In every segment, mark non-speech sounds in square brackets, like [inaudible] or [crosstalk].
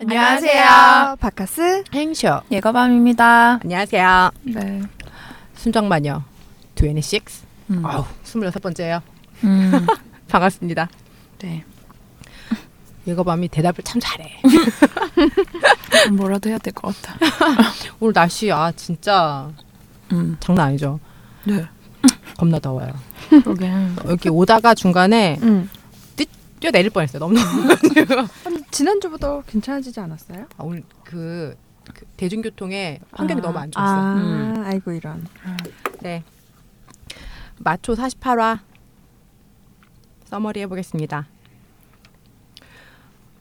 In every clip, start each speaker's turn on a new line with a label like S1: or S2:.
S1: 안녕하세요.
S2: 바카스
S3: 행쇼.
S1: 예거밤입니다.
S3: 안녕하세요.
S1: 네.
S3: 순정마녀 26.
S1: 음.
S3: 아우, 26번째예요.
S1: 음.
S3: [laughs] 반갑습니다.
S1: 네.
S3: 예거밤이 대답을 참 잘해.
S4: 음,
S1: 뭐라도 해야 될 것 같아.
S3: 오늘 날씨 아 진짜
S1: 음.
S3: 장난 아니죠.
S1: 네.
S3: [laughs] 겁나 더워요.
S4: [laughs]
S1: 그러게.
S3: 여기 오다가 중간에
S2: 응
S3: 뛰어내릴 뻔했어요. 너무 [laughs]
S2: 지난주보다 괜찮아지지 않았어요?
S3: 아, 오늘 그, 그 대중교통에 환경이
S1: 아,
S3: 너무 안 좋았어요.
S2: 아
S1: 음.
S2: 아이고 이런
S3: 네. 마초 48화 서머리 해보겠습니다.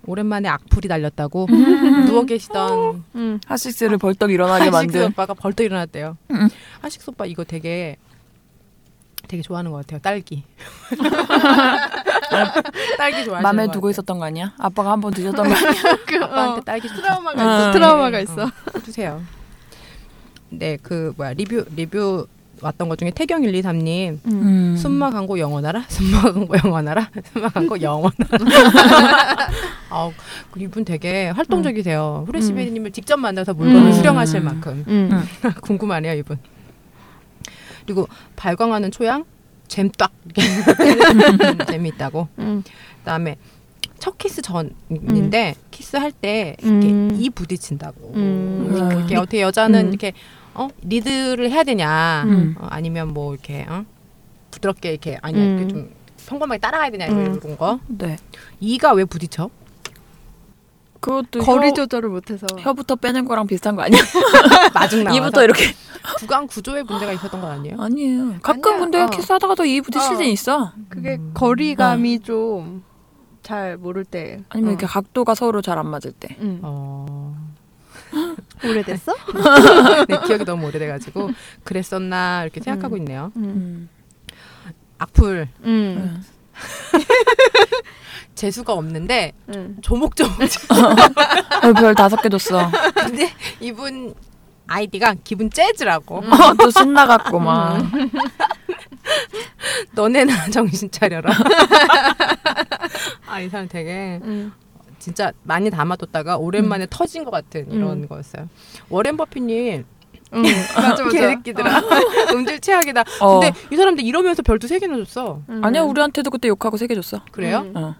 S3: 오랜만에 악플이 달렸다고
S2: 음.
S3: 누워 계시던
S4: 하식스를 벌떡 일어나게
S3: 한식스
S4: 만든
S3: 오빠가 벌떡 일어났대요.
S1: 음.
S3: 한식스 오빠 이거 되게 되게 좋아하는 것 같아요.
S2: [laughs]
S3: 딸기. 딸기 좋아하는
S4: 맘에 두고 있었던 거 아니야? 아빠가 한 번 드셨던 거 아니야?
S3: 아빠한테 딸기 좀
S2: 어. 트라우마가
S4: 있어,
S2: 트라우마가
S3: 해주세요. 네, 그 뭐야 리뷰 리뷰 왔던 것 중에 태경 1, 2, 3님
S4: 음.
S3: 순마 광고 영원하라, [laughs] 순마 광고 영원하라, [laughs] 순마 광고 영원하라. 아, 그 이분 되게 활동적이세요. 후레시베리님을 직접 만나서 물건을
S2: 음.
S3: 수령하실 만큼 [laughs]
S2: 음.
S3: 궁금하네요, 이분. 그리고 발광하는 초양 잼딱 [laughs] 재미있다고.
S2: 음.
S3: 그다음에 첫 키스 전인데 키스할 때 이렇게
S2: 음.
S3: 이 부딪힌다고.
S2: 음.
S3: 뭐 이렇게 어떻게 여자는
S2: 음.
S3: 이렇게 어 리드를 해야 되냐,
S2: 음.
S3: 어, 아니면 뭐 이렇게 어? 부드럽게 이렇게 아니 야
S2: 음.
S3: 이렇게 좀 평범하게 따라가야 되냐
S2: 음.
S3: 이런 거.
S4: 네.
S3: 이가 왜 부딪혀? [laughs]
S4: 그것도
S2: 거리
S4: 혀,
S2: 조절을 못해서
S4: 혀부터 빼는 거랑 비슷한 거 아니야?
S3: 마중 나와서
S4: 이부터 이렇게
S3: 구강 구조에 문제가 있었던 거 아니에요?
S4: 아니에요. 가끔
S2: 아니야,
S4: 근데
S2: 어.
S4: 키스하다가도 이 부딪힐
S2: 어.
S4: 때 있어.
S2: 그게 거리감이 좀 잘 모를 때
S4: 아니면
S2: 어.
S4: 이렇게 각도가 서로 잘 안 맞을 때.
S2: 음.
S3: 어.
S2: 오래됐어?
S3: 내 네, 기억이 너무 오래돼가지고 그랬었나 이렇게 생각하고 있네요.
S2: 음.
S4: 음.
S3: 악플
S2: 음.
S3: 재수가 없는데
S2: 음.
S3: 조목조목.
S4: 어, 별 다섯 개 줬어.
S3: 근데 이분 아이디가 기분 재즈라고.
S4: 어, 또 신나갖고 막.
S3: 너네나 [laughs] 정신 차려라. 아 이 사람 되게
S2: 음.
S3: 진짜 많이 담아뒀다가
S4: 음.
S3: 오랜만에 터진 것 같은 이런 거였어요. 워렌 버핏님
S2: 음. 맞아 맞아.
S3: 개새끼들아 [laughs] 음질 최악이다.
S4: 어.
S3: 근데 이 사람들 이러면서 별도 세 개나 줬어.
S2: 음.
S4: 아니야 우리한테도 그때 욕하고 세 개 줬어.
S3: 그래요?
S2: 음.
S4: 어.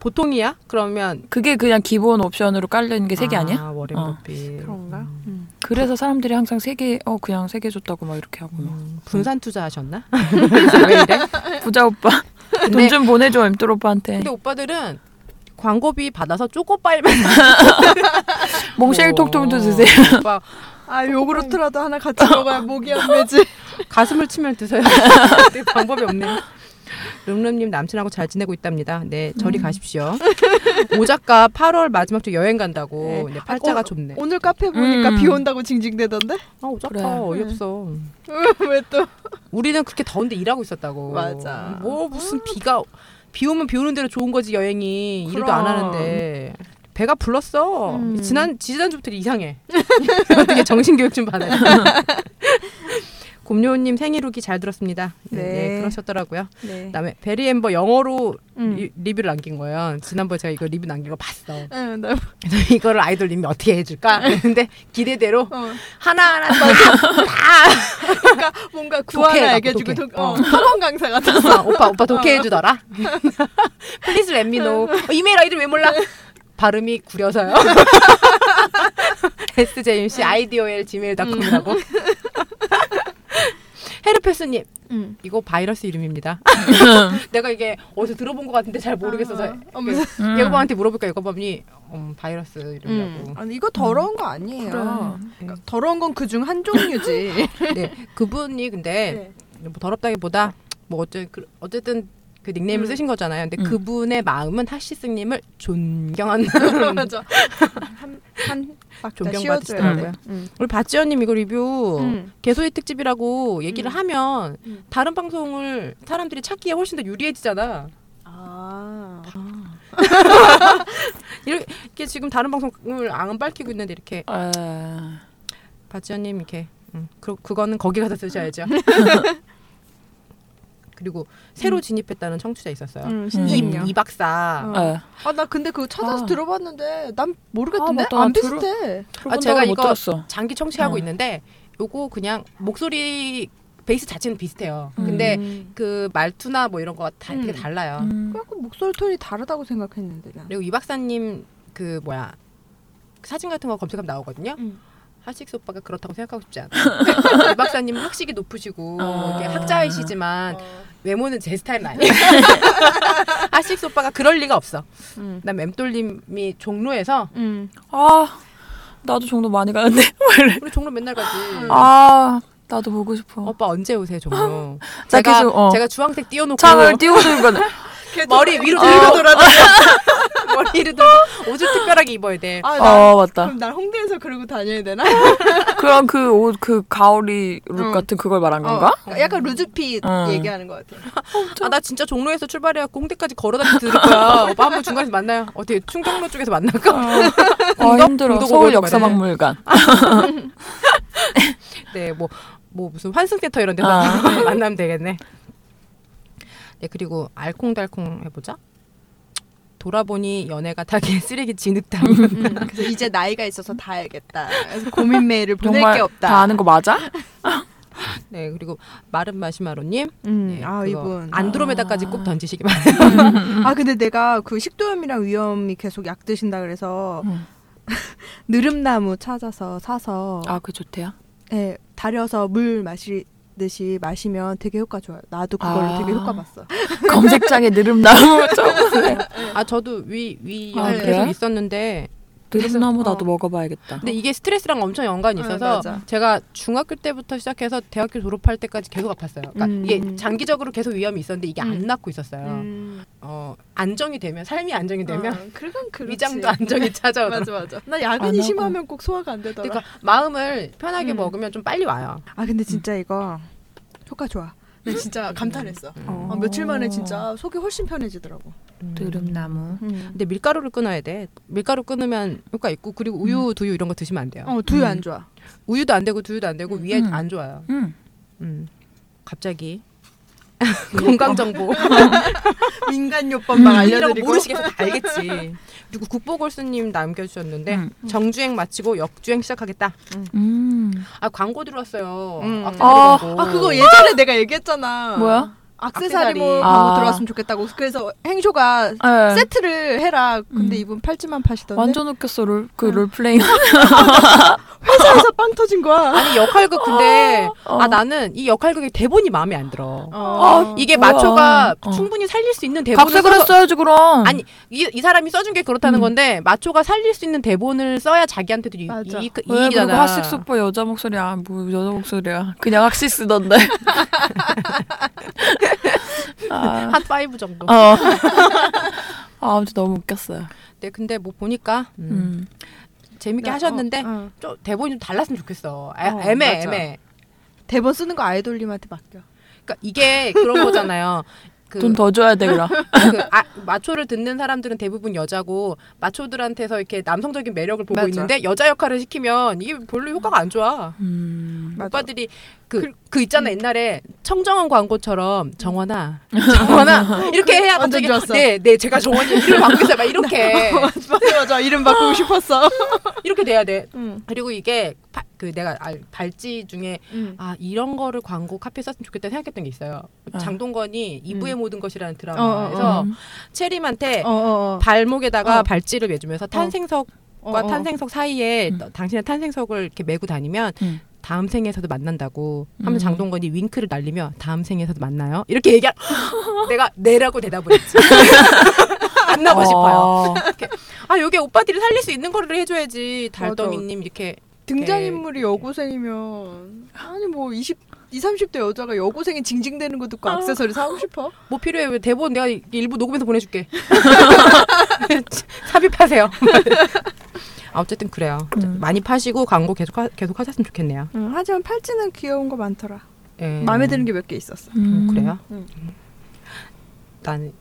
S3: 보통이야? 그러면
S4: 그게 그냥 기본 옵션으로 깔려 있는 게 세 개
S3: 아,
S4: 아니야?
S3: 워렌
S4: 어.
S3: 버핏.
S2: 그런가? 음.
S4: 그래서 사람들이 항상 세 개, 어 그냥 세 개 줬다고 막 이렇게 하고 막.
S3: 음, 분산 투자하셨나?
S4: 네.
S3: 그래서 왜 이래?
S4: 부자 오빠 돈
S3: 근데,
S4: 좀 보내줘 엠돌 오빠한테.
S3: 근데 오빠들은 광고비 받아서 쪼꼬빨만
S4: 몽쉘
S3: 오.
S4: 톡톡도 드세요.
S3: 오빠
S2: 아 요구르트라도 하나 같이 먹어야 목이 안 매지.
S3: 가슴을 치면 드세요. [laughs] 되게 방법이 없네요. 룸룸님 남친하고 잘 지내고 있답니다. 네, 저리 가십시오. 오 작가 8월 마지막 주 여행 간다고.
S2: [laughs] 네.
S3: 네, 팔자가
S2: 아,
S3: 좁네.
S2: 오늘 카페 보니까
S4: 음.
S2: 비 온다고 징징대던데?
S3: 아, 오 작가
S4: 그래.
S3: 어이없어.
S2: 음, 왜 또?
S3: 우리는 그렇게 더운데 일하고 있었다고.
S2: 맞아.
S3: 뭐 무슨 비가 비 오면 비 오는 대로 좋은 거지 여행이 일도 안
S4: 그럼.
S3: 하는데 배가 불렀어.
S2: 음.
S3: 지난 지난 주부터 이상해. [laughs] 어떻게 정신 교육 좀 받아요. 곰요님 생일 후기 잘 들었습니다. 네,
S2: 네.
S3: 네, 그러셨더라고요.
S2: 네.
S3: 그다음에 베리 앰버 영어로
S2: 음.
S3: 리, 리뷰를 남긴 거예요. 지난번에 제가 이거 리뷰 남긴 거 봤어.
S2: 응, 음, 나,
S3: 그래서 이거를 아이돌님이 어떻게 해줄까? [laughs] 근데 기대대로
S2: 어.
S3: 하나하나 써서 다
S2: 뭔가
S3: 독해,
S2: 구하나
S3: 나도
S2: 얘기해주고
S3: 독해.
S2: 독, 어, 학원 강사 같아.
S3: 어, 오빠 오빠 독해해주더라. [laughs] 플리즈 렛미노. 어, 이메일 아이디 왜 몰라? 발음이 구려서요. s j m c i d o l gmail.com이라고. [laughs] 헤르페스님
S2: 응.
S3: 이거 바이러스 이름입니다. 내가 이게 어디서 들어본 것 같은데 잘 모르겠어서
S2: 어머.
S4: 음.
S3: 예고밤한테 물어볼까 예고밤이 음, 바이러스 이름이라고.
S2: 아니 이거 더러운 거 아니에요.
S4: 그럼.
S2: 그러니까 더러운 건 그 중 한 종류지.
S3: 네 그분이 근데
S2: 네.
S3: 뭐 더럽다기보다 뭐 어쨌든 그, 어쨌든 그 닉네임을
S2: 음.
S3: 쓰신 거잖아요. 근데
S4: 음.
S3: 그분의 마음은 하시스님을
S2: [laughs]
S3: 존경한
S2: 맞아. 한한 박자
S3: 존경받으시더라고요.
S2: 씌워줘야 돼. 응.
S3: 우리 바지연님 이거 리뷰
S2: 음.
S3: 개소의 특집이라고 얘기를
S2: 음.
S3: 하면
S2: 음.
S3: 다른 방송을 사람들이 찾기에 훨씬 더 유리해지잖아.
S2: 아.
S3: 이렇게 지금 다른 방송을 안 밝히고 있는데 이렇게
S4: 아,
S3: 바지연님 이렇게 음, 그 그거는 거기 가서
S2: [laughs]
S3: 쓰셔야죠. 그리고 새로 진입했다는 청취자 있었어요.
S2: 음,
S3: 이,
S2: 신생이요.
S3: 이 박사
S2: 어.
S4: 아,
S2: 아 나 근데 그거 찾아서
S1: 아.
S2: 들어봤는데 난 모르겠던데
S4: 아, 맞다.
S2: 안
S4: 들어-
S2: 비슷해.
S3: 아,
S4: 아,
S3: 제가
S4: 제가 못
S3: 이거-
S4: 들었어.
S3: 장기 청취하고
S4: 어.
S3: 있는데 요거 그냥 목소리 베이스 자체는 비슷해요. 근데
S2: 음.
S3: 그 말투나 뭐 이런 거 다, 되게
S2: 음.
S3: 달라요.
S4: 음.
S2: 약간 목소리 톤이 다르다고 생각했는데 난.
S3: 그리고 이 박사님 그 뭐야 그 사진 같은 거 검색하면 나오거든요.
S2: 음.
S3: 하식스 오빠가 그렇다고 생각하고 싶지 않아. [laughs] 이 박사님은 학식이 높으시고
S2: 어.
S4: 아.
S3: 이렇게 학자이시지만 외모는 제
S2: [laughs]
S3: 스타일은 아니에요. [laughs] 하식스 오빠가 그럴 리가 없어.
S2: 음.
S3: 그다음 맴돌님이 종로에서
S2: 음.
S4: 아, 나도 종로 많이 가는데. [laughs] 왜 이래?
S3: 우리 종로 맨날 가지.
S4: 아, 나도 보고 싶어.
S3: 오빠 언제 오세요 종로?
S4: [laughs] 나
S3: 제가
S4: 계속, 어.
S3: 제가 주황색 띄워놓고
S4: 창을 띄우고 들고 가는.
S3: 머리 위로
S4: 어.
S3: 들고
S4: [laughs]
S3: 돌아다녀. 머리 위로 들고 오죽 특별하게 입어야 돼.
S2: 아, 나
S4: 어, 맞다.
S2: 그럼 난 홍대에서 그러고 다녀야 되나?
S4: 그럼 그 옷, 그 가오리 룩
S2: 응.
S4: 같은 그걸 말한
S2: [laughs]
S4: 건가?
S2: 어, 약간 루즈핏
S4: 음.
S2: 얘기하는 것 같아.
S3: 아, 나 진짜 종로에서 출발해갖고 홍대까지 걸어다니고 들을 거야. 오빠 한번 중간에서 만나요. 어떻게 충정로 쪽에서 만날까?
S4: 아, 힘들어.
S3: 공덕
S4: 서울
S3: 공덕 말해.
S4: 역사박물관.
S3: [laughs] 네, 뭐, 뭐 무슨 환승센터 이런 데서
S4: 아.
S3: [laughs] 만나면 되겠네. 네, 그리고 알콩달콩 해보자. 돌아보니 연애가 타게 [laughs] 쓰레기 진흙탕.
S2: 음. [laughs] 그래서 이제 나이가 있어서 다 알겠다. 그래서 고민 메일을 보낼
S4: 정말
S2: 게 없다.
S4: 다 아는 거 맞아?
S3: 네, 그리고 마른 마시마로님.
S2: 음.
S3: 네,
S2: 아
S3: 그거
S2: 이분.
S3: 안드로메다까지 꼭 던지시기 바랍니다.
S2: 아 근데 내가 그 식도염이랑 위염이 계속 약 드신다 그래서
S4: 음.
S2: [laughs] 느릅나무 찾아서 사서
S4: 아, 그 좋대요.
S2: 네, 달여서 물 마시듯이 마시면 되게 효과 좋아요. 나도 그걸로
S4: 아.
S2: 되게 효과 봤어.
S4: 검색창에 [laughs] 느름나무 좀.
S3: 아, 저도 위, 위
S4: 아,
S3: 연애
S4: 그래요?
S3: 계속 있었는데.
S4: 느름나무
S2: 그래서,
S4: 나도
S2: 어.
S4: 먹어봐야겠다.
S3: 근데 이게 스트레스랑 엄청 연관이
S2: 응,
S3: 있어서
S2: 맞아.
S3: 제가 중학교 때부터 시작해서 대학교 졸업할 때까지 계속 아팠어요. 그러니까
S2: 음.
S3: 이게 장기적으로 계속 위험이 있었는데 이게 안
S2: 음.
S3: 낫고 있었어요.
S2: 음.
S3: 어, 안정이 되면 삶이 안정이 되면
S2: 어, 그건 그렇지.
S3: 위장도 안정이 찾아오더라고요.
S2: 맞아 맞아. 나
S4: 안
S2: 야근이
S4: 하고.
S2: 심하면 꼭 소화가 안 되더라.
S3: 그러니까 마음을 편하게
S2: 음.
S3: 먹으면 좀 빨리 와요.
S2: 아 근데 진짜 이거 효과 좋아. 나 진짜 감탄했어. 음. 어, 음. 며칠 만에 진짜 속이 훨씬 편해지더라고.
S1: 드름나무.
S3: 음. 근데 밀가루를 끊어야 돼. 밀가루 끊으면 효과 있고 그리고 우유, 두유 이런 거 드시면 안 돼요.
S2: 음. 어 두유 안 좋아.
S3: 우유도 안 되고 두유도 안 되고 위에
S4: 음.
S3: 안 좋아요.
S4: 응.
S3: 음.
S2: [laughs]
S3: 갑자기 건강 정보 음,
S2: 민간 요법만
S3: 이런 거
S2: 알려드리고.
S3: 모르시겠어 다 알겠지. 그리고 국보골수님 남겨주셨는데
S4: 음.
S3: 정주행 마치고 역주행 시작하겠다.
S4: 음.
S3: 아 광고 들어왔어요.
S2: 음.
S3: 악세사리
S4: 아,
S3: 광고.
S2: 아 그거 예전에 내가 얘기했잖아.
S4: 뭐야?
S2: 악세사리
S3: 악세사리.
S2: 네. 뭐
S4: 아.
S2: 광고 들어왔으면 좋겠다고. 그래서 행쇼가
S4: 예.
S2: 세트를 해라. 근데
S4: 음.
S2: 이분 팔찌만 파시던데.
S4: 완전 웃겼어 롤, 그 롤플레잉
S2: 회사에서 빵 터진 거야.
S3: 아니 역할극 근데
S4: 어.
S3: 아 나는 이 역할극의 대본이 마음에 안 들어.
S2: 아,
S4: 어,
S3: 이게
S4: 뭐야.
S3: 마초가
S4: 어.
S3: 충분히 살릴 수 있는 대본을
S4: 각색을
S3: 써서-
S4: 했어야지 그럼
S3: 네, 아니 이, 이 사람이 써준 게 그렇다는
S4: 음.
S3: 건데 마초가 살릴 수 있는 대본을 써야 자기한테도 이,
S2: 맞아.
S3: 이, 이,
S4: 왜 그리고
S3: 이익이잖아.
S4: 하식스 오빠 여자 목소리야 뭐 여자 목소리야 그냥 학시스던데 아,
S3: 한 파이브 정도.
S4: 어. 아 아무튼 너무 웃겼어요
S3: 네, 근데 뭐 보니까
S4: 음.
S3: 음, 재밌게
S2: 나-
S3: 하셨는데
S2: 어, 어.
S3: 좀 대본이 좀 달랐으면 좋겠어. 아,
S2: 어,
S3: 애매
S2: 맞아.
S3: 애매.
S2: 대본 쓰는 거 아이돌님한테 맡겨.
S3: 그러니까 이게
S2: [laughs]
S3: 그런 거잖아요. 그,
S4: 돈 더 줘야 돼 그럼
S3: 그 아, 마초를 듣는 사람들은 대부분 여자고 마초들한테서 이렇게 남성적인 매력을 보고
S2: 맞아.
S3: 있는데 여자 역할을 시키면 이게 별로 효과가 안 좋아.
S4: 음.
S2: 맞아. 음.
S3: 오빠들이 그 그 있잖아 옛날에 청정원 광고처럼 정원아 정원아
S2: [laughs]
S3: 이렇게 해야
S2: 완전
S3: 갑자기
S2: 좋았어.
S3: 네네 제가 정원이 이름을 바꾸고 있어요 막
S2: [laughs]
S3: 이렇게
S2: [laughs] 맞아 맞아. 이름 바꾸고 싶었어. 음,
S3: 이렇게 돼야 돼
S2: 응.
S3: 그리고 이게 파, 그 내가 알, 발찌 중에
S2: 음.
S3: 아 이런 거를 광고 카피에 썼으면 좋겠다 생각했던 게 있어요
S4: 아.
S3: 장동건이 이브의 모든 것이라는
S2: 음. 어,
S3: 드라마에서
S4: 음.
S2: 음.
S3: 체림한테
S2: 어어.
S3: 발목에다가
S2: 어.
S3: 발찌를 매주면서 탄생석과 탄생석 사이에
S4: 음.
S3: 너- 당신의 탄생석을 이렇게 메고 다니면
S4: 음.
S3: 다음 생에서도 만난다고 하면
S4: 음.
S3: 장동건이 윙크를 날리며 다음 생에서도 만나요 이렇게
S2: [laughs]
S3: 얘기하 내가 네라고 대답을 했지 [laughs] 만나고 싶어요
S4: 어.
S3: 아 여기 오빠들이 살릴 수 있는 거를 해줘야지
S2: 맞아.
S3: 달덩이님 이렇게
S2: 등장인물이 여고생이면 아니 뭐 20, 20, 30대 여자가 여고생이 징징대는 거 듣고 액세서리 사고 싶어?
S3: 뭐 필요해 왜 대본 내가 이- 일부 녹음해서 보내줄게 [laughs] 삽입하세요 [laughs] 아 어쨌든 그래요 어쨌든
S4: 음.
S3: 많이 파시고 광고 계속 하, 계속 하셨으면 좋겠네요
S2: 응, 음, 하지만 팔찌는 귀여운 거 많더라.
S3: 예.
S2: 마음에 드는 게 몇 개 있었어.
S3: 음, 그래요
S2: 음.
S3: 난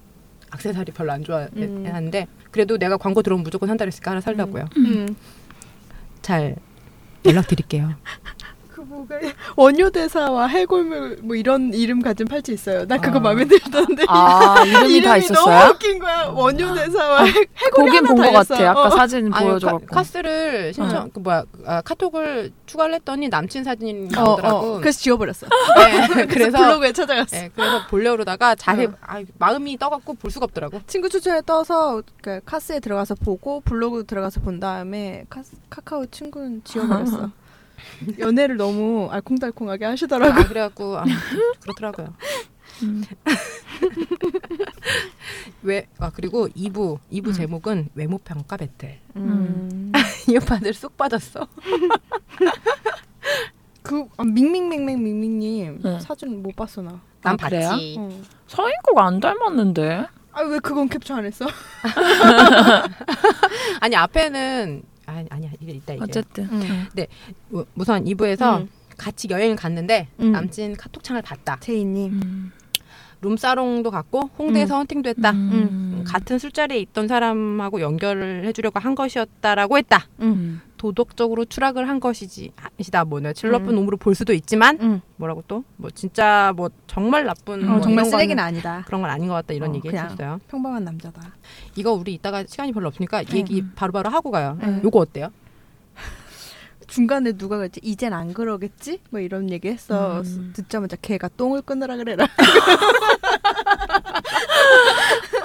S3: 악세사리 별로 안
S2: 음.
S3: 좋아하는데 그래도 내가 광고 들어오면 무조건 산다 그랬으니까 하나 살라고요
S2: 음. [laughs]
S3: 잘 연락드릴게요
S2: 그 뭐가 원효대사와 해골물 뭐 이런 이름 가진 팔찌 있어요. 나 그거
S3: 아.
S2: 마음에 들던데
S1: 아 이름이 다
S2: 너무
S1: 있었어요?
S2: 웃긴 거야. 원효대사와 해- 해골이
S1: 보긴
S2: 하나
S1: 본 것
S2: 달렸어.
S1: 같아. 아까
S2: 어.
S1: 사진
S3: 아니,
S1: 보여줘갖고.
S3: 카, 카스를 신청 그 뭐야 아, 카톡을 추가를 했더니 남친 사진이
S2: 어,
S3: 나오더라고.
S2: 어. 그래서 지워버렸어.
S3: 네, [laughs]
S2: [laughs] 그래서 예.
S3: 그래서
S2: 블로그에 찾아갔어.
S3: 네, 그래서 보려 그러다가 자세
S2: 어.
S3: 아, 마음이 떠갖고 볼 수가 없더라고.
S2: 친구 추천에 떠서 그 카스에 들어가서 보고 블로그 들어가서 본 다음에 카, 카카오 친구는 지워버렸어. [laughs] 연애를 너무 알콩달콩하게 하시더라고.
S3: 아, 그래갖고 아, 그렇더라고요.
S1: 음.
S3: 왜? 아 그리고 2부 2부
S1: 음.
S3: 제목은 외모 평가 배틀. [laughs]
S1: 음.
S3: 이 오빠들 쑥 빠졌어.
S1: 아,
S2: 그 아, 밍밍맹맹밍밍님
S1: 응.
S2: 사진 못 봤어 나.
S3: 난
S1: 아, 그래요?
S3: 봤지.
S2: 어.
S4: 서인국 안 닮았는데.
S2: 아왜 그건 캡처 안 했어?
S3: 아니 앞에는 아니 아니야 이게 있다 이게.
S1: 어쨌든.
S3: 우- 우선 2부에서
S2: 음.
S3: 같이 여행을 갔는데
S2: 음.
S3: 남친 카톡창을 봤다.
S2: [laughs] 제이님.
S1: 음.
S3: 룸사롱도 갔고 홍대에서 헌팅도 했다.
S1: 음.
S3: 같은 술자리에 있던 사람하고 연결을 해주려고 한 것이었다라고 했다.
S1: 음.
S3: 도덕적으로 추락을 한 것이지 아시다 뭐 네, 질 나쁜
S2: 음.
S3: 놈으로 볼 수도 있지만
S2: 음.
S3: 뭐라고 또 뭐 진짜 뭐 정말 나쁜
S2: 어,
S3: 뭐
S2: 정말
S3: 이런
S2: 쓰레기는
S3: 거는
S2: 아니다.
S3: 그런 건 아닌 것 같다 이런
S2: 어,
S3: 얘기
S2: 그냥.
S3: 했었어요.
S2: 평범한 남자다.
S3: 이거 우리 이따가 시간이 별로 없으니까
S2: 네.
S3: 얘기 바로바로 하고 가요.
S2: 네.
S3: 요거 어때요?
S2: 중간에 누가 그랬지? 이젠 안 그러겠지? 뭐 이런 얘기 했어.
S1: 음.
S2: 듣자마자 걔가 똥을 끊으라 그래라.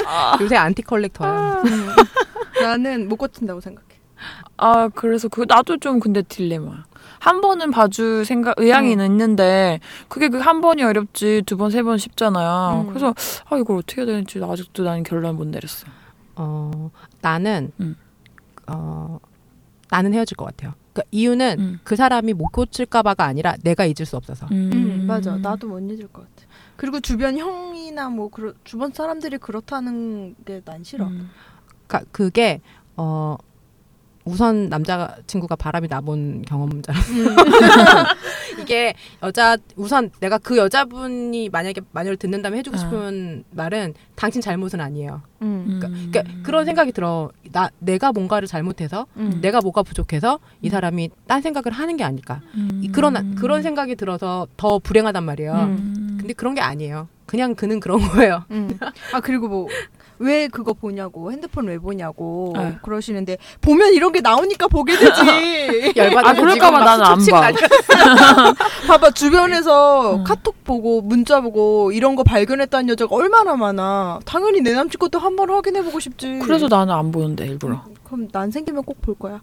S2: 아.
S3: 요새 안티 컬렉터야.
S2: [laughs] 나는 못 고친다고 생각해.
S4: 아 그래서 그 나도 좀 근데 딜레마. 한 번은 봐줄 생각 의향이는 있는데 그게 그 한 번이 어렵지 두 번 세 번 쉽잖아요.
S2: 음.
S4: 그래서 아 이걸 어떻게 해야 되는지 아직도 나는 결론 못 내렸어.
S3: 어 나는
S4: 음.
S3: 어 나는 헤어질 것 같아요. 그 이유는
S4: 음.
S3: 그 사람이 못 고칠까봐가 아니라 내가 잊을 수 없어서.
S2: 음, 맞아. 나도 못 잊을 것 같아. 그리고 주변 형이나 뭐 그러, 주변 사람들이 그렇다는 게 난 싫어.
S4: 음.
S3: 그러니까 그게 어 우선 남자 친구가 바람이 나본 경험자라
S4: 음.
S3: [laughs] 이게 여자 우선 내가 그 여자분이 만약에 마녀를 듣는다면 해주고
S4: 아.
S3: 싶은 말은 당신 잘못은 아니에요.
S2: 음.
S3: 그러니까 그런 생각이 들어. 나 내가 뭔가를 잘못해서
S2: 음.
S3: 내가 뭐가 부족해서
S4: 음.
S3: 이 사람이 딴 생각을 하는 게 아닐까. 이- 그런 그런 생각이 들어서 더 불행하단 말이에요.
S4: 음.
S3: 근데 그런 게 아니에요. 그냥 그는 그런 [laughs] 거예요.
S2: 음. 아 그리고 뭐 왜 그거 보냐고 핸드폰 왜 보냐고
S4: 네.
S2: 그러시는데 보면 이런 게 나오니까 보게 되지.
S3: 열받아서
S4: 아, 그럴까 봐
S3: 지금 막
S4: 나는 안
S3: 수축
S4: 봐.
S3: 날려-
S4: [laughs]
S2: 봐봐 주변에서
S4: 음.
S2: 카톡 보고 문자 보고 이런 거 발견했다는 여자가 얼마나 많아. 당연히 내 남친 것도 한번 확인해 보고 싶지.
S4: 그래서 나는 안 보는데 일부러. [laughs]
S2: 그럼 난 생기면 꼭 볼 거야.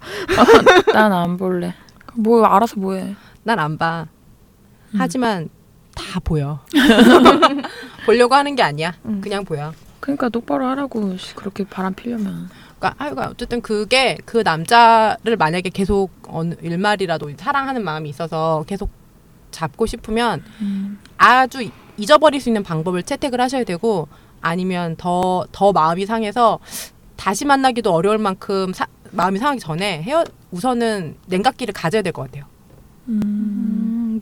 S4: 난 안 볼래. 뭐 알아서 뭐해.
S3: 난 안 봐. 하지만 다 보여. 보려고 하는 게 아니야.
S2: 음.
S3: 그냥 보여.
S4: 그러니까 똑바로 하라고 씨, 그렇게 바람 피려면.
S3: 그러니까 하여간 어쨌든 그게 그 남자를 만약에 계속 어느 일말이라도 사랑하는 마음이 있어서 계속 잡고 싶으면 아주 잊어버릴 수 있는 방법을 채택을 하셔야 되고 아니면 더 더 마음이 상해서 다시 만나기도 어려울 만큼 사- 마음이 상하기 전에 헤어 우선은 냉각기를 가져야 될 것 같아요.
S4: 음.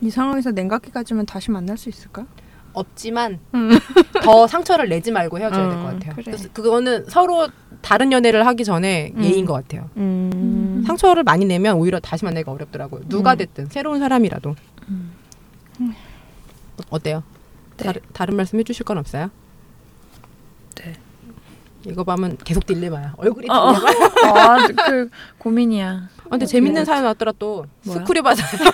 S2: 이 상황에서 냉각기 가지면 다시 만날 수 있을까?
S3: 없지만
S2: 음.
S3: [laughs] 더 상처를 내지 말고 헤어져야 될
S2: 음,
S3: 것 같아요.
S2: 그래.
S3: 그래서 그거는 서로 다른 연애를 하기 전에
S2: 음.
S3: 예인 것 같아요.
S2: 음.
S3: 상처를 많이 내면 오히려 다시 만나기가 어렵더라고요. 누가
S2: 음.
S3: 됐든 새로운 사람이라도
S4: 음.
S3: 어- 어때요?
S4: 네.
S3: 다른, 다른 말씀 해주실 건 없어요?
S4: 네.
S3: 이거 보면 계속 딜레마야. 얼굴이
S4: 어, 어.
S3: 딜레마.
S4: 아, 그 고민이야.
S3: 아, 근데 재밌는 사연 왔더라 또.
S4: 뭐야?
S3: 스크류바 사연.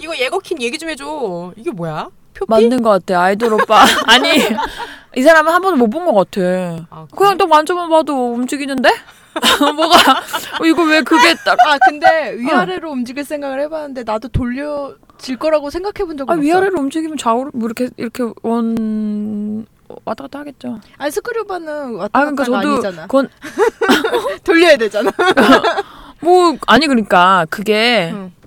S3: 이거 예고킨 얘기 좀 해줘. 이게 뭐야? 표피?
S4: 맞는 것 같아 아이돌 오빠 아니 [laughs] 이 사람은 한 번도 못 본 것 같아
S3: 아, 그래?
S4: 그냥 딱 만져만 봐도 움직이는데 [laughs] 뭐가 어, 이거 왜 그게 딱
S2: 아 근데 위아래로
S4: 어.
S2: 움직일 생각을 해봤는데 나도 돌려질 거라고 생각해 본 적은
S4: 아,
S2: 없어.
S4: 위아래로 움직이면 좌우로 뭐 이렇게 이렇게 원 어, 왔다 갔다 하겠죠
S2: 아니 스크류바는 왔다
S4: 아 그러니까
S2: 갔다 가
S4: 저도
S2: 아니잖아.
S4: 그건
S2: 돌려야 되잖아.
S4: 뭐 아니 그러니까 그게
S2: 응.
S4: 네.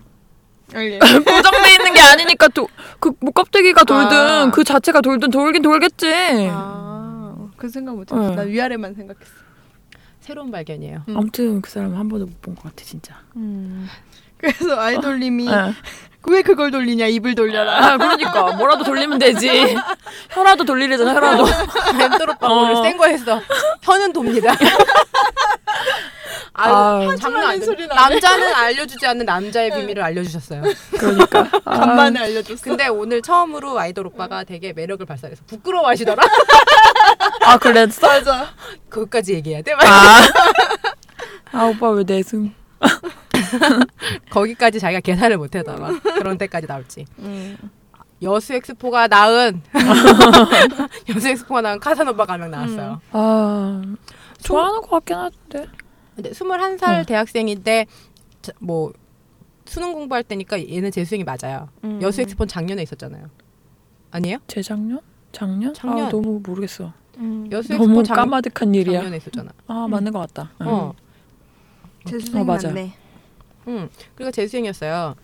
S4: [laughs]
S2: 알겠.
S4: 고정돼 있는 게 아니니까 또그뭐 껍데기가 돌든
S2: 아.
S4: 그 자체가 돌든 돌긴 돌겠지 아,
S2: 아그 생각 못했어.
S4: 응.
S2: 난 위아래만 생각했어.
S3: 새로운 발견이에요.
S4: 아무튼 그 사람은 한 번도 못 본 것 같아 진짜
S2: 그래서 아이돌님이
S4: 예.
S2: 왜 그걸 돌리냐 입을 돌려라.
S4: 아, 그러니까 뭐라도 돌리면 되지. 혀라도 돌리래잖아, 혀라도.
S3: 엠돌 오빠 오늘
S4: 어.
S3: 센거 했어. 혀는 네. 돕니다. 아유,
S4: 아유.
S3: 장난 안
S2: 소리
S3: 돼. 남자는 알려주지 않는 남자의 비밀을 알려주셨어요.
S4: 그러니까. 아,
S2: 간만에 알려줬어.
S3: 근데 오늘 처음으로 아이돌 오빠가 되게 매력을 발산해서 부끄러워하시더라. [laughs]
S4: 아 그랬어?
S2: 맞아.
S3: 그것까지 얘기해야 돼?
S4: 아. 아 오빠 왜 내숭?
S3: 거기까지 자기가 계산을 못해더라. 그런 데까지 나올지.
S4: 음.
S3: 여수 엑스포가 낳은 [laughs] 여수 엑스포가 낳은 카사노바 가명 나왔어요.
S4: 아 좋아하는 것 같긴 한데.
S3: 근데 21살 대학생인데 자- 뭐 수능 공부할 때니까 얘는 재수생이 맞아요.
S4: 음.
S3: 여수 엑스포는 작년에 있었잖아요. 아니에요?
S4: 재작년? 작년?
S3: 작년.
S4: 아 너무 모르겠어.
S2: 음.
S3: 여수
S4: 음. 너무
S3: 엑스포 작,
S4: 까마득한 일이야.
S3: 작년에 있었잖아.
S4: 아 맞는 것 같다. 응.
S3: 어.
S2: 재수생이
S4: 어, 맞아요.
S2: 맞네.
S3: 음. 그리고 재수생이었어요.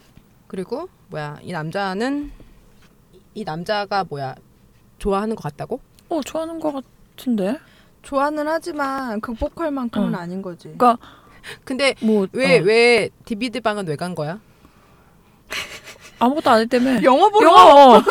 S3: 그리고 뭐야? 이 남자는 이 남자가 뭐야? 좋아하는 것 같다고?
S4: 어 좋아하는 것 같은데.
S2: 좋아는 하지만 극복할 만큼은
S4: 응.
S2: 아닌 거지.
S4: 그러니까
S3: 근데
S4: 뭐
S3: 왜
S4: 어.
S3: 왜 디비드 방은 왜 간 거야?
S4: 아무것도 안 했다며.
S2: 영어 보러
S4: 그 영화 [laughs] 어.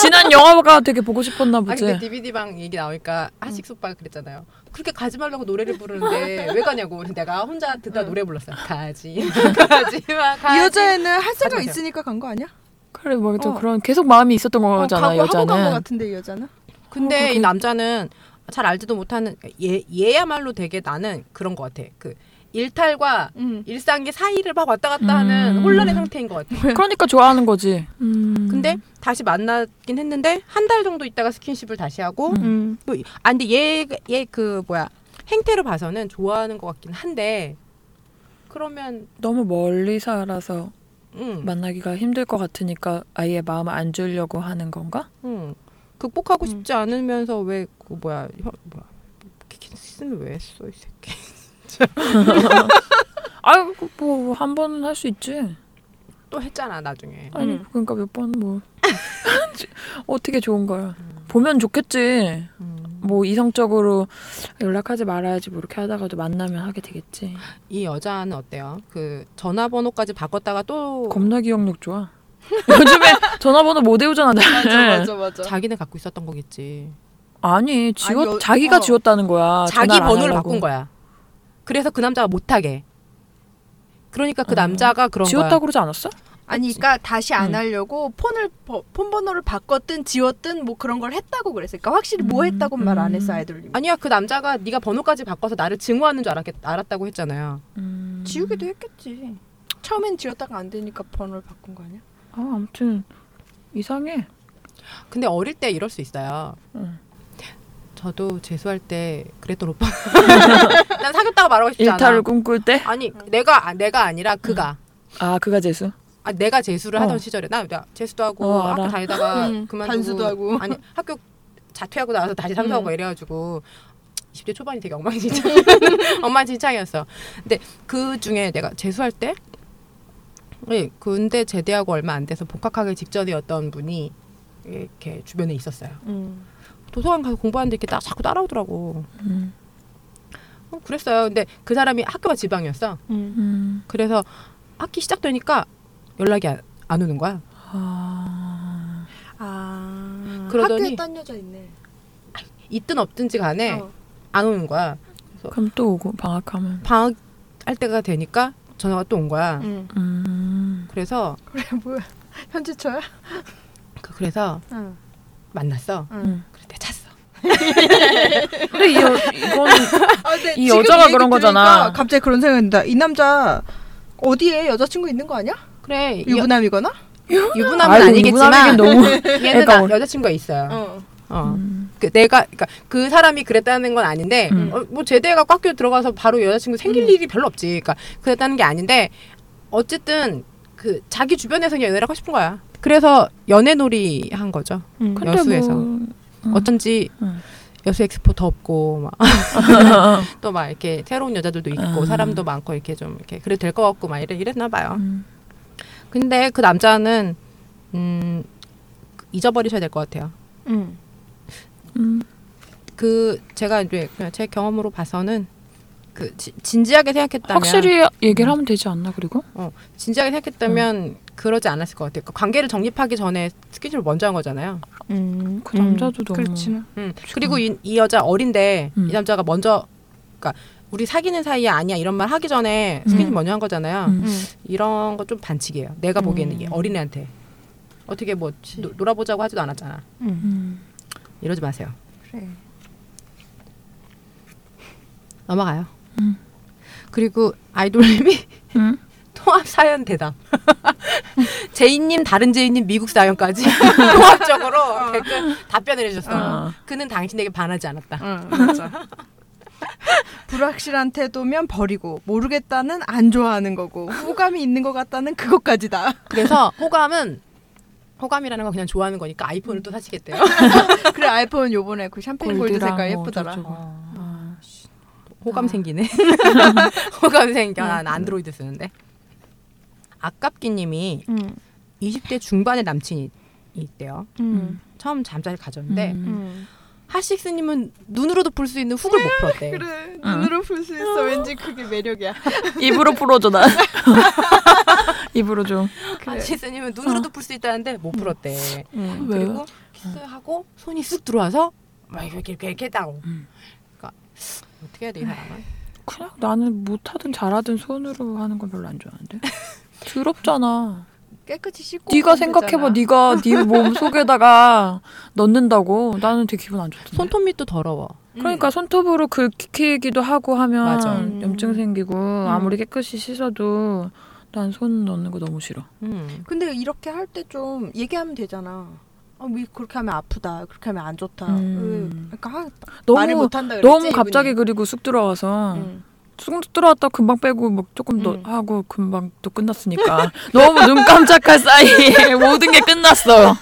S4: 지난 영화가 되게 보고 싶었나
S3: 아니
S4: 보지.
S3: 근데 DVD 방 얘기 나오니까 하식 소빠가 그랬잖아요. 그렇게 가지 말라고 노래를 부르는데 왜 가냐고. 그래서 내가 혼자 듣다 노래 불렀어요. 가지 [laughs] 마, 가지 마, 가지.
S2: 이
S3: 마.
S2: 여자애는
S4: 아,
S2: 할 생각
S3: 가져가세요.
S2: 있으니까 간 거 아니야?
S4: 그래 뭐 좀
S2: 어.
S4: 그런 계속 마음이 있었던
S2: 어,
S4: 거잖아
S2: 각오하고 간 거
S4: 여자는.
S2: 같은데 이 여자는.
S3: 근데
S4: 어, 그렇게-
S3: 이 남자는 잘 알지도 못하는 그러니까 얘 얘야말로 되게 나는 그런 것 같아. 그 일탈과
S2: 음.
S3: 일상의 사이를 막 왔다 갔다 하는
S4: 음.
S3: 혼란의 상태인 것 같아.
S4: 그러니까 좋아하는 거지. 음.
S3: 근데 다시 만나긴 했는데 한 달 정도 있다가 스킨십을 다시
S2: 어?
S3: 하고
S4: 음. [laughs]
S3: 뭐, 아 근데 얘얘 그 뭐야 행태로 봐서는 좋아하는 것 같긴 한데 그러면
S4: 너무 멀리 살아서
S3: 음,
S4: 만나기가 힘들 것 같으니까 아예 마음을 안 주려고 하는 건가?
S3: 음 극복하고
S2: 음.
S3: 싶지 않으면서 왜 그 뭐야 혀, 뭐야 그 키스는 왜 했어 이 새끼 [laughs]
S4: 아유 뭐 한 번은 할 수 있지.
S3: 또 했잖아 나중에
S4: 아니
S2: 음.
S4: 그러니까 몇 번 뭐 [laughs] 어떻게 좋은 거야. 보면 좋겠지. 뭐 이성적으로 연락하지 말아야지 뭐 이렇게 하다가도 만나면 하게 되겠지.
S3: 이 여자는 어때요 그 전화번호까지 바꿨다가 또
S4: 겁나 기억력 좋아. [laughs] 요즘에 전화번호 못 외우잖아. 네.
S2: 맞아 맞아 맞아.
S3: 자기는 갖고 있었던 거겠지
S4: 아니 지워
S2: 아니, 여-
S4: 자기가
S2: 어.
S4: 지웠다는 거야.
S3: 자기
S4: 아, 전화를 안
S3: 번호를
S4: 하려고.
S3: 바꾼 거야 그래서 그 남자가 못하게 그러니까 그
S4: 어.
S3: 남자가 그런
S4: 지웠다고 그러지 않았어?
S2: 아니 그러니까 다시 안
S4: 음.
S2: 하려고 폰을 버- 폰 번호를 바꿨든 지웠든 뭐 그런 걸 했다고 그랬어. 그러니까 확실히 뭐
S4: 음,
S2: 했다고 말 안
S4: 음.
S2: 했어 아이돌님.
S3: 거야 아니야 그 남자가 네가 번호까지 바꿔서 나를 증오하는 줄 알았겠, 알았다고 했잖아요
S4: 음.
S2: 지우기도 했겠지. 처음엔 지웠다가 안 되니까 번호를 바꾼 거 아니야?
S4: 아 아무튼 이상해.
S3: 근데 어릴 때 이럴 수 있어요
S4: 응.
S3: 저도 재수할 때 그랬던 오빠. [laughs] 난 사귀었다고 말하고 싶지 않아.
S4: 일탈을 꿈꿀 때?
S3: 아니 내가 아, 내가 아니라 그가.
S4: 아 그가 재수?
S3: 아 내가 재수를 하던
S4: 어.
S3: 시절에 나, 나 재수도 하고
S4: 어, 알아.
S3: 학교 다니다가
S2: 음,
S3: 그만두고
S2: 반수도 하고.
S3: 아니 학교 자퇴하고 나와서 다시 상사하고
S2: 음.
S3: 이래가지고 20대 초반이
S4: [laughs]
S3: 되게 엉망진창 엉망진창이었어. 근데 그 중에 내가 재수할 때 예, 군대 제대하고 얼마 안 돼서 복학하기 직전이었던 분이 이렇게 주변에 있었어요. 도서관 가서 공부하는데 이렇게 딱 자꾸 따라오더라고.
S4: 음.
S3: 어, 그랬어요. 근데 그 사람이 학교가 지방이었어.
S4: 음.
S3: 그래서 학기 시작되니까 연락이 안, 안 오는 거야.
S4: 아
S2: 아
S3: 그러더니- 네.
S2: 학교에 딴 여자 있네.
S3: 있든 없든지 간에
S2: 어.
S3: 안 오는 거야.
S4: 그럼 또 오고 방학하면.
S3: 방학할 때가 되니까 전화가 또 온 거야.
S2: 응.
S4: 음.
S3: 그래서
S2: 그래 뭐야? 현지쳐야?
S3: 그- 그래서
S2: 응.
S3: 만났어.
S2: 응.
S3: 그래서 내가 찼어.
S4: 근데 이 여,
S3: [laughs]
S4: 이건
S2: 아, 근데
S4: 이
S2: 지금
S4: 여자가 그런
S2: 얘기 들으니까
S4: 거잖아.
S2: 갑자기 그런 생각인다. 이 남자 어디에 여자친구 있는 거 아니야?
S3: 그래 유,
S2: 유부남이거나?
S3: 유부남은
S4: 아유, 유부남이긴
S3: 아니겠지만 [laughs]
S4: 너무.
S3: 얘는
S4: 애가
S3: 나-
S4: 어려-
S3: 여자친구가 있어요.
S2: 어.
S3: 어. 그 내가 그러니까 그 사람이 그랬다는 건 아닌데
S4: 음.
S3: 어, 뭐 제대해갖고 학교 들어가서 바로 여자친구 생길 일이 별로 없지. 그러니까 그랬다는 게 아닌데 어쨌든 그 자기 주변에서 그냥 연애를 하고 싶은 거야. 그래서 연애놀이 한 거죠.
S4: 근데
S3: 여수에서.
S4: 뭐 [laughs] 음.
S3: 어쩐지
S4: 음.
S3: 여수 엑스포 덥고 [laughs] 또 막 이렇게 새로운 여자들도 있고
S4: 아.
S3: 사람도 많고 이렇게 좀 이렇게 그래 도 될 것 같고 막 이래 이랬나 봐요.
S4: 음.
S3: 근데 그 남자는 음 잊어버리셔야 될 것 같아요.
S2: 응.
S4: 음.
S3: 그 제가 이제 그냥 제 경험으로 봐서는 그 지- 진지하게 생각했다면 음.
S4: 확실히 얘기를 하면 되지 않나 그리고?
S3: 진지하게 생각했다면
S4: 음.
S3: 그러지 않았을 것 같아요. 그 관계를 정립하기 전에 스킨십을 먼저 한 거잖아요. 음.
S2: 음.
S4: 그 남자도 너무-
S2: 그렇지는.
S3: 그리고 이, 이 여자 어린데
S4: 음.
S3: 이 남자가 먼저 그러니까 우리 사귀는 사이에 아니야 이런 말 하기 전에 스킨십
S4: 음.
S3: 먼저 한 거잖아요.
S4: 음.
S3: 이런 거 좀 반칙이에요. 내가 보기에는
S4: 음.
S3: 이게 어린애한테 어떻게 뭐 노- 놀아보자고 하지도 않았잖아.
S4: 음.
S3: 이러지 마세요.
S2: 그래.
S3: 넘어가요.
S4: 음.
S3: 그리고 아이돌님이
S4: 음.
S3: 통합 사연 대담. [laughs] 제이님 다른 제이님 미국 [laughs] 사연까지 통합적으로 댓글 답변을 어. 해주셨어요.
S4: 아.
S3: 그는 당신에게 반하지 않았다.
S2: 맞아. [laughs] 불확실한 태도면 버리고 모르겠다는 안 좋아하는 거고 호감이 있는 것 같다는 그것까지다. [laughs]
S3: [laughs] 그래서 호감은 호감이라는 건 그냥 좋아하는 거니까 아이폰을 또 사시겠대요.
S2: 그래 아이폰 요번에 그
S3: 음.
S2: 샴페인 골드
S4: 골드랑
S2: 색깔
S4: 뭐
S2: 예쁘더라.
S4: 저쪽으로. 아.
S3: [laughs] 호감 생기네. [laughs] 음. 호감 생겨. 난 안드로이드 쓰는데. 아깝기님이
S2: 음.
S3: 20대 중반의 남친이 있대요.
S2: 음.
S3: 처음 잠자리 가졌는데
S4: 음.
S2: 음.
S3: 하식스님은 눈으로도 볼 수 있는 훅을 못 풀었대.
S2: 그래 눈으로 풀 수 있어. 왠지 그게 매력이야.
S4: 입으로 풀어줘 [laughs] 난. 입으로 좀.
S2: 아,
S3: 하식스님은 눈으로도 풀 수 있다는데 못 풀었대.
S4: 음.
S3: 그리고 키스하고 손이 쑥 들어와서 막 이렇게 이렇게 이렇게 했다고.
S4: 음.
S3: 그러니까 어떻게 해야 돼 이 사람은?
S4: 그냥 나는 못하든 잘하든 손으로 하는 건 별로 안 좋아하는데. 더럽잖아.
S2: 깨끗이 씻고.
S4: 네가
S2: 오면
S4: 생각해봐.
S2: 되잖아.
S4: 네가 네 몸 속에다가 넣는다고. 나는 되게 기분 안 좋던데.
S3: 손톱 밑도 더러워.
S4: 그러니까 손톱으로 긁히기도 하고 하면
S3: 맞아.
S2: 음.
S4: 염증 생기고 아무리 깨끗이 씻어도 난 손 넣는 거 너무 싫어.
S3: 음.
S2: 근데 이렇게 할 때 좀 얘기하면 되잖아. 아, 왜 그렇게 하면 아프다. 그렇게 하면 안 좋다.
S4: 음.
S2: 왜, 그러니까 하, 말을
S4: 너무
S2: 못 한다 그랬지.
S4: 너무
S2: 이분이.
S4: 갑자기 그리고 쑥 들어와서
S2: 음.
S4: 쑥 들어왔다 금방 빼고 막 조금 더
S2: 음.
S4: 하고 금방 또 끝났으니까 너무 눈 깜짝할 사이에 [laughs] 모든 게 끝났어요.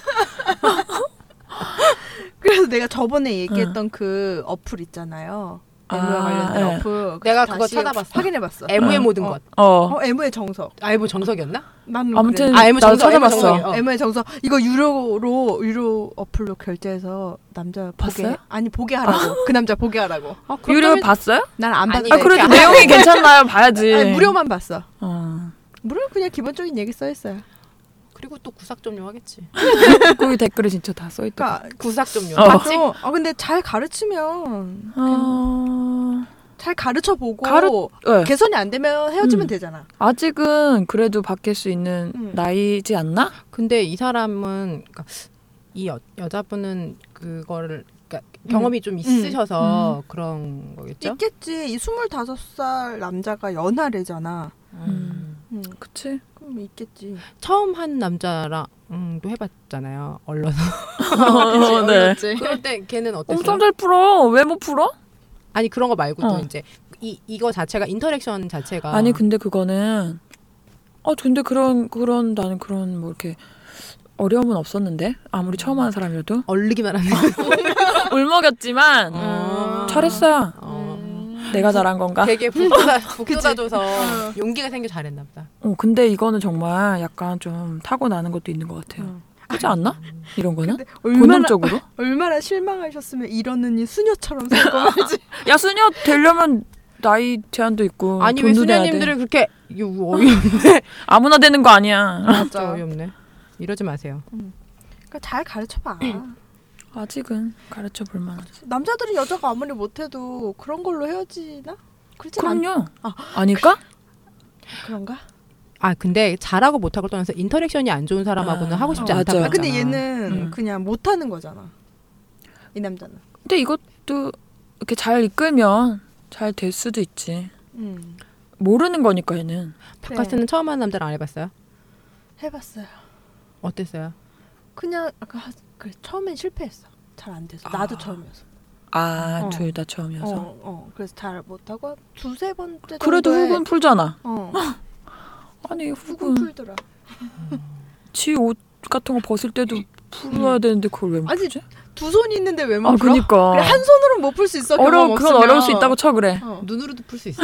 S2: 그래서 내가 저번에 얘기했던 그 어플 있잖아요.
S4: 아,
S2: 애무와 관련된
S4: 네.
S2: 어플.
S3: 내가
S2: 다시
S3: 그거 찾아봤어.
S2: 확인해봤어.
S3: 애무의
S4: 어.
S3: 모든
S2: 어.
S3: 것.
S4: 어.
S2: 어, 애무의 정석.
S3: 아이고 정석이었나?
S2: 나는
S4: 아무튼
S3: 아, 애무
S4: 나도
S3: 정석, 애무
S4: 찾아봤어.
S3: 정석. 어.
S2: 애무의 정석 이거 유료로 유료 어플로 결제해서 남자 보게
S4: 봤어요?
S2: 아니
S4: [laughs]
S2: 보게 하라고 그 남자 보게 하라고
S3: 아,
S4: 유료 봤어요?
S2: 난 예, 안
S3: 아니,
S2: 봤는데
S4: 아
S3: 네,
S4: 그래도
S3: 이렇게
S4: 내용이 괜찮나요? 봐야지.
S2: 아니, 무료만 봤어
S4: 어.
S2: 무료 그냥 기본적인 얘기 써 있어요
S3: 그리고 또 구삭 점용 하겠지.
S4: 거기 댓글에 진짜 다 써있다.
S2: 그러니까
S3: [laughs] 구삭 점용.
S4: 어.
S3: 맞지?
S2: 어, 아 근데 잘 가르치면
S4: 어...
S2: 잘 가르쳐 보고
S4: 가르- 네.
S2: 개선이 안 되면 헤어지면
S4: 음.
S2: 되잖아.
S4: 아직은 그래도 바뀔 수 있는
S2: 음.
S4: 나이지 않나?
S3: 근데 이 사람은 그러니까 이 여, 여자분은 그거를 그러니까 경험이 좀 있으셔서 그런 거겠죠?
S2: 있겠지. 이 스물다섯 살 남자가 연하래잖아.
S3: 음.
S2: 음,
S4: 그치?
S2: 그럼 있겠지.
S3: 처음 한 남자랑도 해봤잖아요. [laughs] 얼러서.
S4: 어, 네.
S2: 그렇지.
S3: [laughs] 그럴 때 걔는 어땠어요?
S4: 엄청 잘 풀어. 왜 못 풀어?
S3: 아니 그런 거 말고도
S4: 어.
S3: 이제 이 이거 자체가 인터랙션 자체가
S4: 아니 그 근데 그거는 아 근데 그런 그런 나는 그런 뭐 이렇게 어려움은 없었는데 아무리 처음 하는 사람이라도 [laughs]
S3: 얼리기만 하는.
S4: 음. 울먹였지만
S3: 어.
S4: 잘했어요. 음.
S3: 어.
S4: 내가 잘한 건가? [laughs]
S3: 되게 북돋아 북돋아줘서 용기가 생겨 잘했나 보다.
S4: 어, 근데 이거는 정말 약간 좀 타고 나는 것도 있는 것 같아요.
S2: 음.
S4: 그렇지 않나? 이런 거는
S2: 근데 얼마나
S4: 본능적으로?
S2: 얼마나 실망하셨으면 이러느니 수녀처럼 살거지
S4: [laughs] 야 수녀 되려면 나이 제한도 있고
S3: 아니 왜
S4: 어, 돈도 내야 돼.
S3: 수녀님들을 그렇게 이거 어이없네.
S4: 아무나 되는 거 아니야.
S2: 맞아.
S3: 어이없네. 이러지 마세요.
S2: 그러니까 잘 가르쳐 봐.
S4: 아직은 가르쳐 볼 만하죠.
S2: 남자들은 여자가 아무리 못해도 그런 걸로 헤어지나? 그렇지 않
S4: 그럼요.
S2: 아.
S4: 아닐까?
S2: 그런가?
S3: 아 근데 잘하고 못하고 떠나서 인터랙션이 안 좋은 사람하고는
S4: 아,
S3: 하고 싶지
S4: 어,
S3: 않다고
S4: 맞아요.
S2: 아,
S3: 했잖아.
S2: 근데 얘는
S4: 음.
S2: 그냥 못하는 거잖아. 이 남자는.
S4: 근데 이것도 이렇게 잘 이끌면 잘 될 수도 있지.
S2: 음.
S4: 모르는 거니까 얘는.
S2: 네.
S3: 박카스는 처음 한 남자를 안 해봤어요?
S2: 해봤어요.
S3: 어땠어요?
S2: 그냥 아까 하- 그 처음엔 실패했어. 잘 안 돼서. 나도 처음이었어.
S4: 아,
S2: 어.
S4: 둘 다 처음이어서.
S2: 어, 어. 그래서 잘 못하고 두세 번째
S4: 그래도
S2: 정도에
S4: 훅은 [laughs] 풀잖아.
S2: 어,
S4: 아니
S2: 훅은
S4: 훅은
S2: 풀더라.
S4: 지 옷 같은 거 벗을 때도 풀어야 되는데 그걸 왜 못
S2: 음. 아니,
S4: 풀지?
S2: 두 손이 있는데 왜 못
S4: 아
S2: 풀어?
S4: 그니까
S2: 그래, 한 손으로는 못 풀 수 있어.
S4: 어려
S2: 경험
S4: 그건
S2: 없으면.
S4: 어려울 수 있다고 쳐 그래.
S2: 어.
S3: 눈으로도 풀 수 있어.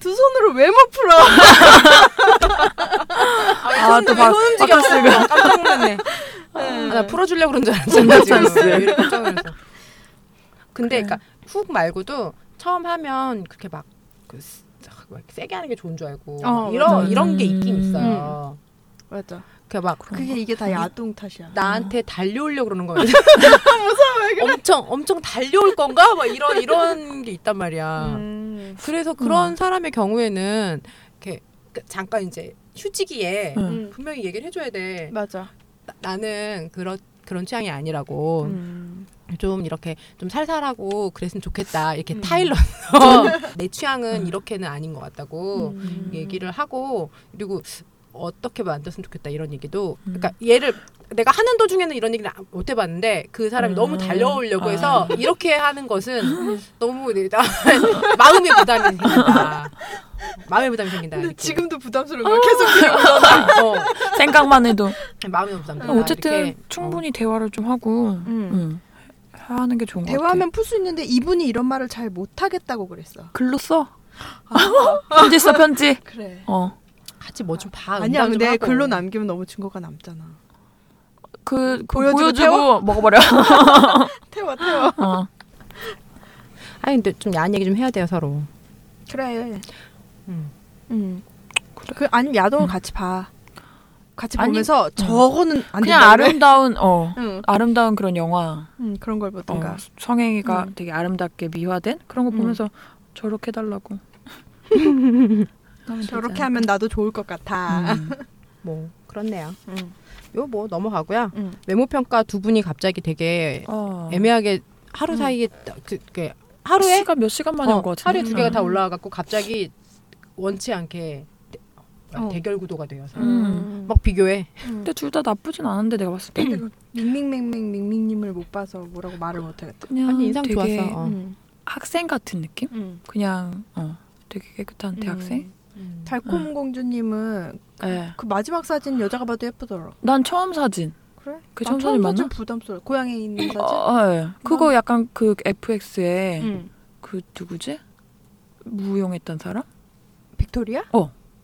S2: 두 손으로 왜 못 풀어? [laughs]
S4: 아또 박카스가
S3: 깜짝 놀랐네. [laughs] 아, 나 풀어주려고 그런 줄 알았잖아. 지금. 왜 이렇게 [laughs] 깜짝 놀랐어. 근데 그러니까 훅 말고도 처음 하면 그렇게 막, 그, 쓰- 막 세게 하는 게 좋은 줄 알고
S2: 어,
S3: 막 이런
S2: 맞아.
S3: 이런 게 있긴 있어요.
S2: 맞아.
S3: 음. 그러니까 막
S2: 그게 이게 다 야동 탓이야.
S3: 나한테 달려오려고 그러는 [laughs] 거야.
S4: 아.
S3: 무서워. 엄청 엄청 달려올 건가? 막 이런 이런 게 있단 말이야.
S2: 음.
S3: 그래서 그런 사람의 경우에는 이렇게 그 잠깐 이제 휴지기에
S4: 응.
S2: 음.
S3: 분명히 얘기를 해줘야 돼.
S2: 맞아.
S3: 나, 는 그런 그런 취향이 아니라고
S2: 음.
S3: 좀 이렇게 좀 살살하고 그랬으면 좋겠다 이렇게
S2: 음.
S3: 타일러서 [laughs] 내 취향은 이렇게는 아닌 것 같다고
S2: 음.
S3: 얘기를 하고 그리고 어떻게 만들었으면 좋겠다 이런 얘기도
S4: 음.
S3: 그러니까 얘를 내가 하는 도중에는 이런 얘기를 안- 못 해봤는데 그
S4: 음.
S3: 사람이 너무 달려오려고
S4: 아.
S3: 해서 이렇게 하는 것은 너무 내가 [laughs] 마음의 부담이 생긴다 마음의 부담이 생긴다
S2: 근데
S3: 이렇게.
S2: 지금도
S4: 아,
S2: 부담스러운 거야. 계속 이러고. 아,
S3: 어,
S4: [laughs] 생각만 해도
S3: 마음의 부담
S4: 어쨌든
S3: 이렇게.
S4: 충분히 대화를 좀 하고 응. 하는 게 좋은 것 같아.
S2: 음. 대화하면 풀 수 있는데 이분이 이런 말을 잘 못하겠다고 그랬어.
S4: 글로 써. 아. 편지 써 편지.
S2: 그래.
S4: 어.
S3: 같이 뭐 좀봐
S2: 아니야, 근데 글로 남기면 너무 증거가 남잖아.
S4: 그, 그
S2: 보여주고
S4: 보여주고,
S2: 태워?
S4: 먹어버려.
S2: [laughs] 태워, 태워.
S4: 어.
S3: 아니 근데 좀 야한 얘기 좀 해야 돼요 서로
S2: 그래.
S3: 음.
S2: 음. 그 아니면 야동을 같이 봐. 같이
S4: 음. 아니, 음.
S2: 보면서 저거는 안
S4: 그냥
S2: 된다,
S4: 아름다운 어
S2: 응,
S4: 아름다운 그런 영화.
S2: 응 그런 걸
S4: 어,
S2: 보던가.
S4: 성행위가
S2: 음.
S4: 되게 아름답게 미화된 그런 거
S2: 음.
S4: 보면서 저렇게
S3: [laughs]
S4: 해달라고. 하면 되지
S2: 저렇게
S4: 않을까?
S2: 하면 나도 좋을 것 같아.
S4: 음.
S3: 뭐 그렇네요
S2: 음.
S3: 요 뭐 넘어가고요
S2: 음.
S3: 외모 평가 두 분이 갑자기 되게
S4: 어.
S3: 애매하게 하루
S2: 음.
S3: 사이에 딱 그, 그 하루에
S4: 시간 몇 시간 만에
S3: 어,
S4: 온것 같은데. 음.
S3: 하루에 두 개가 다 올라와갖고 갑자기 원치 않게 대,
S2: 어.
S3: 결 구도가 되어서
S4: 음.
S3: 막 비교해.
S4: 근데 둘 다 나쁘진 않은데 내가
S3: [clears throat]
S4: 봤을 때
S2: 밍밍맹맹 밍밍님을 못 봐서 뭐라고 말을 못하겠다.
S4: 그냥
S3: 아니, 인상
S4: 되게
S3: 좋았어. 어.
S2: 음.
S4: 학생 같은 느낌?
S2: 음.
S4: 그냥 어 되게
S3: 음.
S4: 깨끗한 대학생.
S2: 달콤 공주님은
S3: 네.
S4: 예.
S2: 그 마지막 사진 여자가 봐도 예쁘더라.
S4: 난 처음 사진.
S2: 그래?
S4: 그
S2: 나
S4: 처음 사진 맞나?
S2: 부담스러워. 고향에 있는 사진.
S4: 어, 예. 그거 약간 그 FX에
S2: 음.
S4: 그 누구지? 무용했던 사람?
S2: 빅토리아?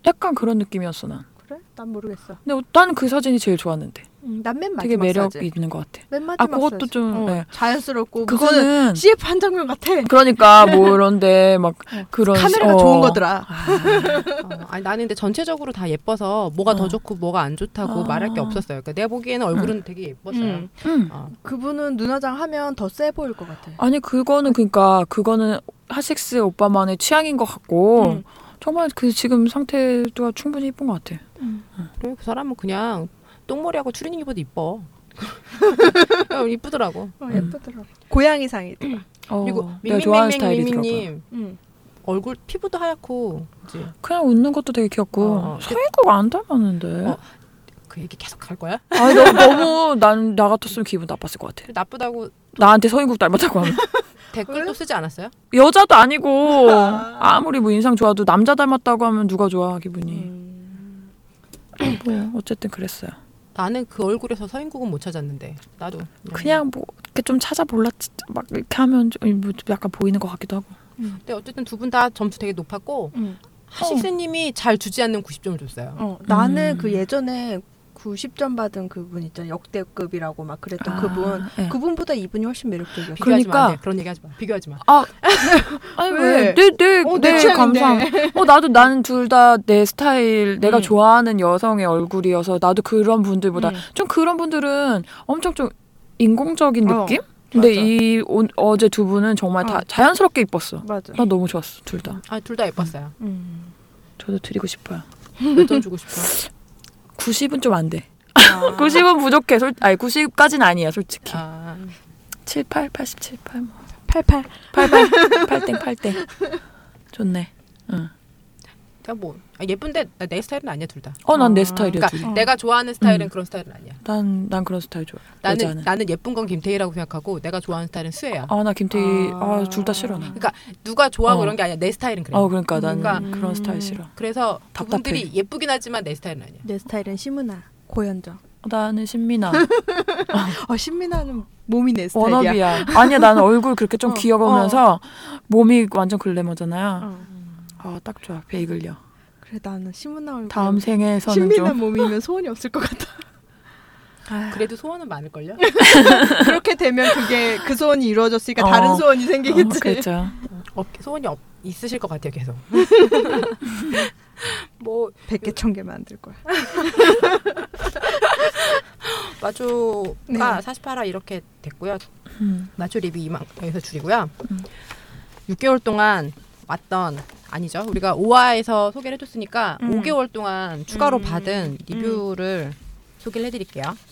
S4: 약간 그런 느낌이었어 난.
S2: 그래? 난 모르겠어. 음,
S4: 근데 난 그 사진이 제일 좋았는데.
S2: 난 맨 마지막
S4: 되게 매력
S2: 사진.
S4: 있는 것 같아.
S2: 맨 마지막
S4: 아 그것도
S2: 사진.
S4: 좀
S2: 어,
S4: 예.
S2: 자연스럽고 그거는
S4: 그거는
S2: CF 한 장면 같아.
S4: 그러니까
S2: [laughs]
S4: 뭐 이런데 막
S2: 어.
S4: 그런
S2: 카메라가
S4: 어.
S2: 좋은 거더라.
S3: 어, 아니 나는 근데 전체적으로 다 예뻐서 뭐가 더
S4: 어.
S3: 좋고 뭐가 안 좋다고
S4: 아.
S3: 말할 게 없었어요. 그러니까 내가 보기에는 얼굴은 되게 예뻤어요.
S2: 음.
S4: 음.
S3: 어.
S2: 그분은 눈화장 하면 더 세 보일 것 같아.
S4: 아니 그거는 그러니까 그거는 하식스 오빠만의 취향인 것 같고
S2: 음.
S4: 정말 그 지금 상태도 충분히 예쁜 것 같아.
S3: 그리고 그 사람은 그냥 똥머리하고 추리닝이보다 이뻐. [laughs] 그냥 이쁘더라고.
S2: 어, 예쁘더라. 고양이상이더라.
S4: 어,
S3: 그리고
S4: 내가 좋아하는 스타일이더라고요.
S3: 밍밍밍밍님
S2: 음.
S3: 얼굴 피부도 하얗고 이제
S4: 그냥 웃는 것도 되게 귀엽고
S3: 어, 어.
S4: 서인구가 안 닮았는데.
S3: 어. 그 얘기 계속 할 거야?
S4: 아니 너무, 너무 난 나 같았으면 기분 나빴을 것 같아.
S3: 나쁘다고
S4: 나한테 서인국 닮았다고 하면
S3: 댓글도 쓰지 않았어요?
S4: 여자도
S2: [laughs]
S4: 아니고 아무리 뭐 인상 좋아도 남자 닮았다고 하면 누가 좋아 기분이.
S2: 음.
S4: 뭐 어쨌든 그랬어요.
S3: 나는 그 얼굴에서 서인국은 못 찾았는데 나도
S4: 그냥 뭐 이렇게 좀 찾아볼라 진짜 막 이렇게 하면 좀, 뭐 약간 보이는 것 같기도 하고.
S3: 근데 어쨌든 두 분 다 점수 되게 높았고
S2: 음.
S4: 어.
S3: 하식스님이 잘 주지 않는 90점을 줬어요.
S2: 어, 나는
S4: 음.
S2: 그 예전에 90점 받은 그분 있잖아. 역대급이라고 막 그랬던 그분.
S4: 예.
S2: 그분보다 이분이 훨씬 매력적이었어.
S3: 비교하지 마.
S4: 그러니까-
S3: 안 돼. 그런 얘기하지 마. 비교하지 마.
S4: 아, 아니
S2: 왜?
S4: 왜? 내, 내,
S2: 네. 어, 내
S4: 내,
S2: 취향인데.
S4: 감상. 어, 나도 나는 둘 다 내 스타일, 내가
S2: 음.
S4: 좋아하는 여성의 얼굴이어서 나도 그런 분들보다
S2: 음.
S4: 좀 그런 분들은 엄청 좀 인공적인
S2: 어,
S4: 느낌? 근데
S2: 맞아.
S4: 이 오, 어제 두 분은 정말
S2: 어.
S4: 다 자연스럽게 이뻤어.
S2: 맞아.
S4: 나 너무 좋았어, 둘 다.
S3: 아, 둘 다 예뻤어요.
S2: 음.
S4: 저도 드리고 싶어요.
S3: 몇 점 주고
S4: [laughs]
S3: 싶어?
S4: 90은 좀 안 돼. [laughs]
S2: 아.
S4: 90은 부족해. 솔, 아니, 90까진 아니야, 솔직히.
S3: 아,
S4: 7, 8, 87, 8, 뭐.
S2: 88.
S4: 88, [laughs] 8땡, 8땡. 좋네. 응.
S3: 그냥 뭐 아, 예쁜데 나 내 스타일은 아니야 둘 다.
S4: 어, 난 내
S2: 아,
S4: 스타일이야, 둘
S3: 그러니까
S4: 다.
S2: 어.
S3: 내가 좋아하는 스타일은
S4: 음.
S3: 그런 스타일은 아니야.
S4: 난, 난 그런 스타일 좋아.
S3: 나는
S4: 여자는.
S3: 나는 예쁜 건 김태희라고 생각하고 내가 좋아하는 스타일은 수혜야.
S4: 아, 나 김태희,
S2: 아.
S4: 아, 둘 다 싫어, 나.
S3: 그러니까 누가 좋아하고
S4: 어.
S3: 이런 게 아니야. 내 스타일은 그래.
S4: 어, 그러니까 난
S3: 그러니까-
S4: 그런
S2: 음.
S4: 스타일 싫어.
S3: 그래서
S4: 답답해.
S3: 그분들이 예쁘긴 하지만 내 스타일은 아니야.
S2: 내 스타일은 심은아. 고현정.
S4: 어, 나는
S2: [laughs]
S4: 신민아
S2: 어, 신민아는 몸이 내 스타일이야.
S4: 워너비야. 아니야, 나는 얼굴 그렇게 좀
S2: 어,
S4: 귀여우면서 몸이 완전 글래머잖아요.
S2: 어.
S4: 아, 딱 좋아. 베이글려.
S2: 그래 나는 신문나 얼굴.
S4: 다음 생에서는
S2: 신민아 뭐
S4: 좀
S2: 몸이면 소원이 없을 것 같아.
S4: 아.
S3: 그래도 소원은 많을
S4: [laughs]
S3: 걸요.
S2: 그렇게 되면 그게 그 소원이 이루어졌으니까
S4: 어.
S2: 다른 소원이 생기겠지.
S4: 어, 그렇죠.
S3: 없, 소원이 없, 있으실 것 같아요, 계속. 뭐
S2: 백개 천 개 만들 거야.
S3: 마주가
S2: 네.
S3: 48화 이렇게 됐고요.
S4: 음.
S3: 마주 리뷰 이만 여기서 줄이고요.
S4: 음.
S3: 6개월 동안 왔던 아니죠. 우리가 5화에서 소개를 해줬으니까
S1: 음.
S3: 5개월 동안 추가로
S4: 음.
S3: 받은 리뷰를 소개를 해드릴게요.